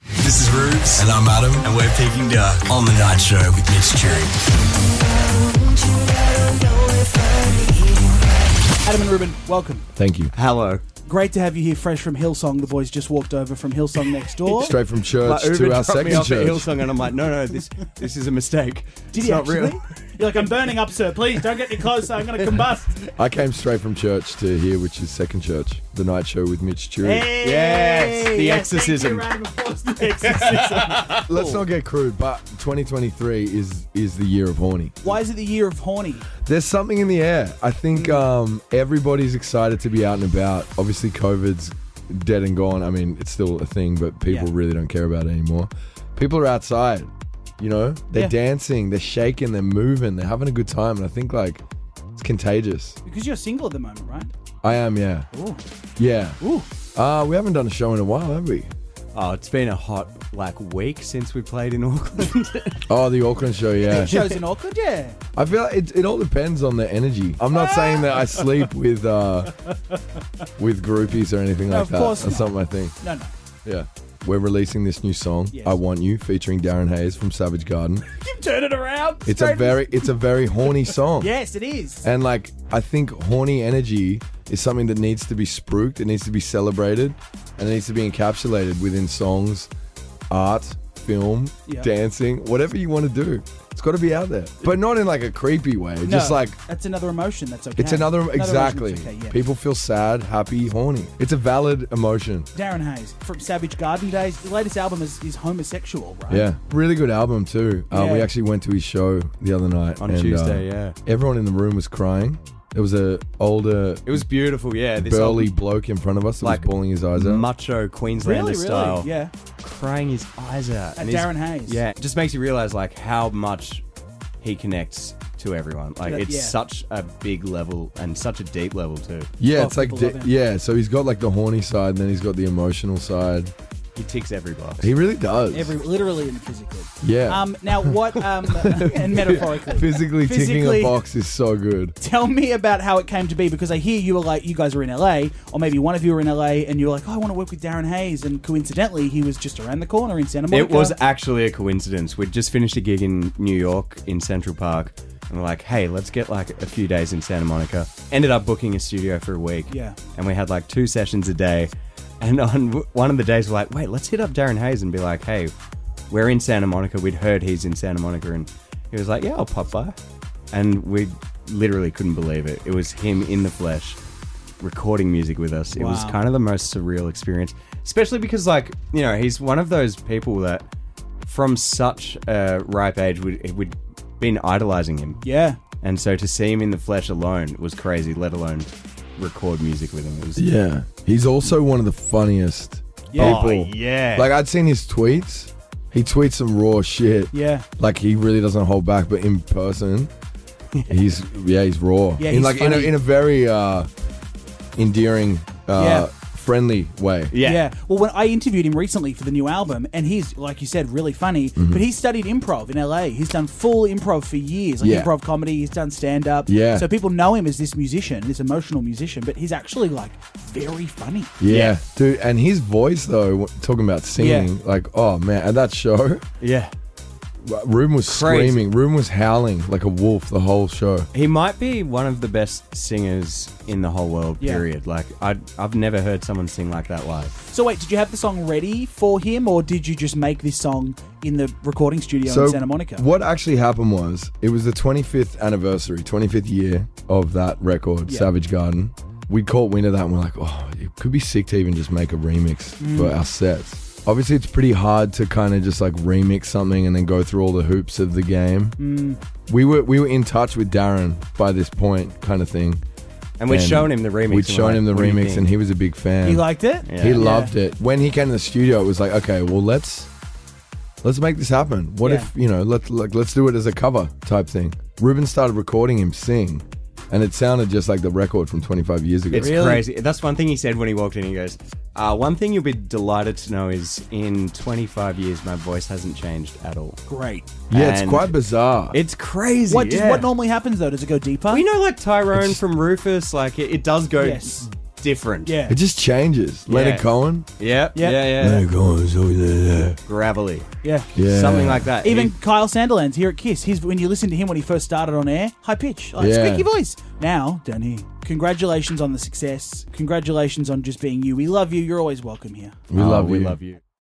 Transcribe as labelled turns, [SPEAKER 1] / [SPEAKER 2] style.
[SPEAKER 1] This is Rubes. And I'm Adam. And we're Peking Duck on The Night Show with Mitch Cherry.
[SPEAKER 2] Adam and Ruben, welcome.
[SPEAKER 3] Thank you.
[SPEAKER 4] Hello.
[SPEAKER 2] Great to have you here, fresh from Hillsong. The boys just walked over from Hillsong next door.
[SPEAKER 3] Oh. Straight from
[SPEAKER 4] Like,
[SPEAKER 3] church
[SPEAKER 4] Uber
[SPEAKER 3] to our
[SPEAKER 4] dropped me
[SPEAKER 3] second
[SPEAKER 4] off at
[SPEAKER 3] church.
[SPEAKER 4] Hillsong and I'm like, no, no, this this is a mistake.
[SPEAKER 2] Did
[SPEAKER 4] it's
[SPEAKER 2] you
[SPEAKER 4] not
[SPEAKER 2] actually?
[SPEAKER 4] real.
[SPEAKER 2] You're like, I'm burning up, sir. Please don't get me close. I'm going to combust.
[SPEAKER 3] I came straight from church to here, which is second church. The night show with Mitch Chewy.
[SPEAKER 2] Hey,
[SPEAKER 4] Yes, the
[SPEAKER 2] yes,
[SPEAKER 4] exorcism.
[SPEAKER 2] Thank you, round of applause to the exorcism.
[SPEAKER 3] Let's not get crude, but 2023 is is the year of horny.
[SPEAKER 2] Why is it the year of horny?
[SPEAKER 3] There's something in the air. I think
[SPEAKER 4] Mm.
[SPEAKER 3] um, everybody's excited to be out and about. Obviously, COVID's dead and gone. I mean, it's still a thing, but people
[SPEAKER 2] Yeah.
[SPEAKER 3] really don't care about it anymore. People are outside. You know, they're
[SPEAKER 2] Yeah.
[SPEAKER 3] dancing, they're shaking, they're moving, they're having a good time, and I think like it's contagious.
[SPEAKER 2] Because you're single at the moment, right?
[SPEAKER 3] I am, yeah,
[SPEAKER 2] Ooh.
[SPEAKER 3] yeah.
[SPEAKER 2] Ooh.
[SPEAKER 3] Uh, we haven't done a show in a while, have we?
[SPEAKER 4] Oh, it's been a hot like week since we played in Auckland.
[SPEAKER 3] Oh, the Auckland show, yeah.
[SPEAKER 2] Shows in Auckland, yeah.
[SPEAKER 3] I feel like it, it all depends on the energy. I'm not saying that I sleep with uh, with groupies or anything
[SPEAKER 2] No,
[SPEAKER 3] like
[SPEAKER 2] of
[SPEAKER 3] that.
[SPEAKER 2] course
[SPEAKER 3] That's
[SPEAKER 2] not.
[SPEAKER 3] not my thing.
[SPEAKER 2] No, no.
[SPEAKER 3] Yeah. We're releasing this new song,
[SPEAKER 2] Yes.
[SPEAKER 3] I Want You, featuring Darren Hayes from Savage Garden.
[SPEAKER 2] You turn it around.
[SPEAKER 3] It's
[SPEAKER 2] straight
[SPEAKER 3] a very it's a very horny song.
[SPEAKER 2] Yes, it is.
[SPEAKER 3] And like I think horny energy is something that needs to be spruiked, it needs to be celebrated, and it needs to be encapsulated within songs, art, film,
[SPEAKER 2] Yeah.
[SPEAKER 3] dancing, whatever you want to do. It's got to be out there. But not in like a creepy way.
[SPEAKER 2] No,
[SPEAKER 3] Just like
[SPEAKER 2] That's another emotion. That's okay.
[SPEAKER 3] it's another,
[SPEAKER 2] emotion
[SPEAKER 3] exactly.
[SPEAKER 2] that's okay, yeah.
[SPEAKER 3] People feel sad, happy, horny. It's a valid emotion.
[SPEAKER 2] Darren Hayes from Savage Garden Days. The latest album is, is homosexual, right?
[SPEAKER 3] Yeah, really good album too. Uh,
[SPEAKER 2] Yeah.
[SPEAKER 3] We actually went to his show the other night
[SPEAKER 4] On
[SPEAKER 3] and,
[SPEAKER 4] Tuesday,
[SPEAKER 3] uh,
[SPEAKER 4] yeah.
[SPEAKER 3] Everyone in the room was crying. There was a older,
[SPEAKER 4] It was beautiful, yeah. This
[SPEAKER 3] burly
[SPEAKER 4] old
[SPEAKER 3] bloke in front of us that
[SPEAKER 4] like,
[SPEAKER 3] was bawling his eyes out.
[SPEAKER 4] macho Queenslander
[SPEAKER 2] Really, really.
[SPEAKER 4] style.
[SPEAKER 2] Yeah.
[SPEAKER 4] Crying his eyes out.
[SPEAKER 2] At
[SPEAKER 4] his-
[SPEAKER 2] Darren Hayes.
[SPEAKER 4] Yeah. It just makes you realise like how much he connects to everyone. Like
[SPEAKER 2] Yeah.
[SPEAKER 4] it's
[SPEAKER 2] Yeah.
[SPEAKER 4] such a big level and such a deep level too.
[SPEAKER 3] yeah,
[SPEAKER 2] Oh,
[SPEAKER 3] it's like
[SPEAKER 2] people
[SPEAKER 3] di-
[SPEAKER 2] love him.
[SPEAKER 3] yeah. So he's got like the horny side, and then he's got the emotional side.
[SPEAKER 4] He ticks every box.
[SPEAKER 3] He really does.
[SPEAKER 2] Every literally and physically.
[SPEAKER 3] Yeah.
[SPEAKER 2] Um, now what? Um, and metaphorically.
[SPEAKER 3] physically, ticking
[SPEAKER 2] Physically-
[SPEAKER 3] a box is so good.
[SPEAKER 2] Tell me about how it came to be because I hear you were like you guys were in LA or maybe one of you were in LA and you were like oh, I want to work with Darren Hayes and coincidentally he was just around the corner in Santa Monica.
[SPEAKER 4] It was actually a coincidence. We'd just finished a gig in New York in Central Park, and we're like, "Hey, let's get like a few days in Santa Monica." Ended up booking a studio for a week.
[SPEAKER 2] Yeah.
[SPEAKER 4] and we had like two sessions a day. And on w- one of the days, we're like, "Wait, let's hit up Darren Hayes and be like, hey, we're in Santa Monica. We'd heard he's in Santa Monica, and he was like, yeah, I'll pop by." And we literally couldn't believe it. It was him in the flesh recording music with us. It was
[SPEAKER 2] Wow.
[SPEAKER 4] kind of the most surreal experience, especially because, like, you know, he's one of those people that from such a ripe age, we'd, we'd been idolizing him.
[SPEAKER 2] yeah.
[SPEAKER 4] And so to see him in the flesh alone was crazy, let alone record music with him. It was,
[SPEAKER 3] Yeah, he's also one of the funniest
[SPEAKER 2] Yeah.
[SPEAKER 3] people.
[SPEAKER 4] Oh, yeah.
[SPEAKER 3] Like I'd seen his tweets. He tweets some raw shit.
[SPEAKER 2] Yeah.
[SPEAKER 3] like he really doesn't hold back but in person he's yeah he's raw
[SPEAKER 2] Yeah,
[SPEAKER 3] in
[SPEAKER 2] he's
[SPEAKER 3] like in a,
[SPEAKER 2] funny.
[SPEAKER 3] in a very uh endearing
[SPEAKER 2] Yeah.
[SPEAKER 3] uh friendly way
[SPEAKER 4] yeah.
[SPEAKER 2] Well, when I interviewed him recently for the new album, and he's like you said, really funny.
[SPEAKER 3] Mm-hmm.
[SPEAKER 2] But he studied improv in LA. He's done full improv for years, like
[SPEAKER 3] Yeah.
[SPEAKER 2] improv comedy. He's done stand up.
[SPEAKER 3] Yeah.
[SPEAKER 2] So people know him as this musician, this emotional musician. But he's actually like very funny.
[SPEAKER 3] yeah.
[SPEAKER 4] Yeah.
[SPEAKER 3] dude and his voice though w- talking about singing like oh man at that show
[SPEAKER 4] Yeah.
[SPEAKER 3] room was
[SPEAKER 4] Crazy.
[SPEAKER 3] screaming room was howling like a wolf the whole show
[SPEAKER 4] He might be one of the best singers in the whole world,
[SPEAKER 2] Yeah.
[SPEAKER 4] period. Like, I, I've never heard someone sing like that live.
[SPEAKER 2] So wait, did you have the song ready for him, or did you just make this song in the recording studio in Santa Monica?
[SPEAKER 3] What actually happened was it was the 25th anniversary, 25th year of that record,
[SPEAKER 2] Yeah.
[SPEAKER 3] Savage Garden. We caught wind of that and we're like, oh, it could be sick to even just make a remix
[SPEAKER 2] Mm.
[SPEAKER 3] for our sets. Obviously, it's pretty hard to kind of just like remix something and then go through all the hoops of the game.
[SPEAKER 2] Mm.
[SPEAKER 3] We were we were in touch with Darren by this point, kind of thing.
[SPEAKER 4] And we'd
[SPEAKER 3] And
[SPEAKER 4] shown him the remix.
[SPEAKER 3] We'd
[SPEAKER 4] and we're
[SPEAKER 3] shown
[SPEAKER 4] like,
[SPEAKER 3] him the
[SPEAKER 4] "What do you
[SPEAKER 3] remix,
[SPEAKER 4] think?"
[SPEAKER 3] and he was a big fan.
[SPEAKER 2] he liked it.
[SPEAKER 4] Yeah.
[SPEAKER 3] He
[SPEAKER 4] Yeah.
[SPEAKER 3] loved it. When he came to the studio, it was like, okay, well let's let's make this happen. What
[SPEAKER 2] Yeah.
[SPEAKER 3] if you know, let's like let's do it as a cover type thing. Ruben started recording him sing, and it sounded just like the record from 25 years ago.
[SPEAKER 4] It's
[SPEAKER 2] Really?
[SPEAKER 4] crazy. That's one thing he said when he walked in. He goes, uh, "One thing you'll be delighted to know is in 25 years, my voice hasn't changed at all."
[SPEAKER 2] Great.
[SPEAKER 3] yeah, it's
[SPEAKER 4] and-
[SPEAKER 3] quite bizarre.
[SPEAKER 4] It's crazy.
[SPEAKER 2] What does,
[SPEAKER 4] yeah.
[SPEAKER 2] what normally happens though? Does it go deeper?
[SPEAKER 4] We know, like Tyrone
[SPEAKER 3] It's-
[SPEAKER 4] from Rufus, like it, it does go
[SPEAKER 2] Yes.
[SPEAKER 4] different.
[SPEAKER 2] Yeah.
[SPEAKER 3] It just changes.
[SPEAKER 4] Yeah.
[SPEAKER 3] Leonard Cohen.
[SPEAKER 4] Yep.
[SPEAKER 2] Yeah.
[SPEAKER 4] Yeah. Yeah.
[SPEAKER 3] Leonard Cohen's always there.
[SPEAKER 4] Gravelly.
[SPEAKER 2] yeah.
[SPEAKER 3] Yeah.
[SPEAKER 4] Something like that.
[SPEAKER 2] Even
[SPEAKER 4] He-
[SPEAKER 2] Kyle Sanderlands here at Kiss, his, when you listen to him when he first started on air, high pitch, like
[SPEAKER 3] Yeah.
[SPEAKER 2] squeaky voice. Now, down here. Congratulations on the success. Congratulations on just being you. We love you. You're always welcome here.
[SPEAKER 3] We
[SPEAKER 4] Oh,
[SPEAKER 3] love
[SPEAKER 4] we
[SPEAKER 3] you.
[SPEAKER 4] love you.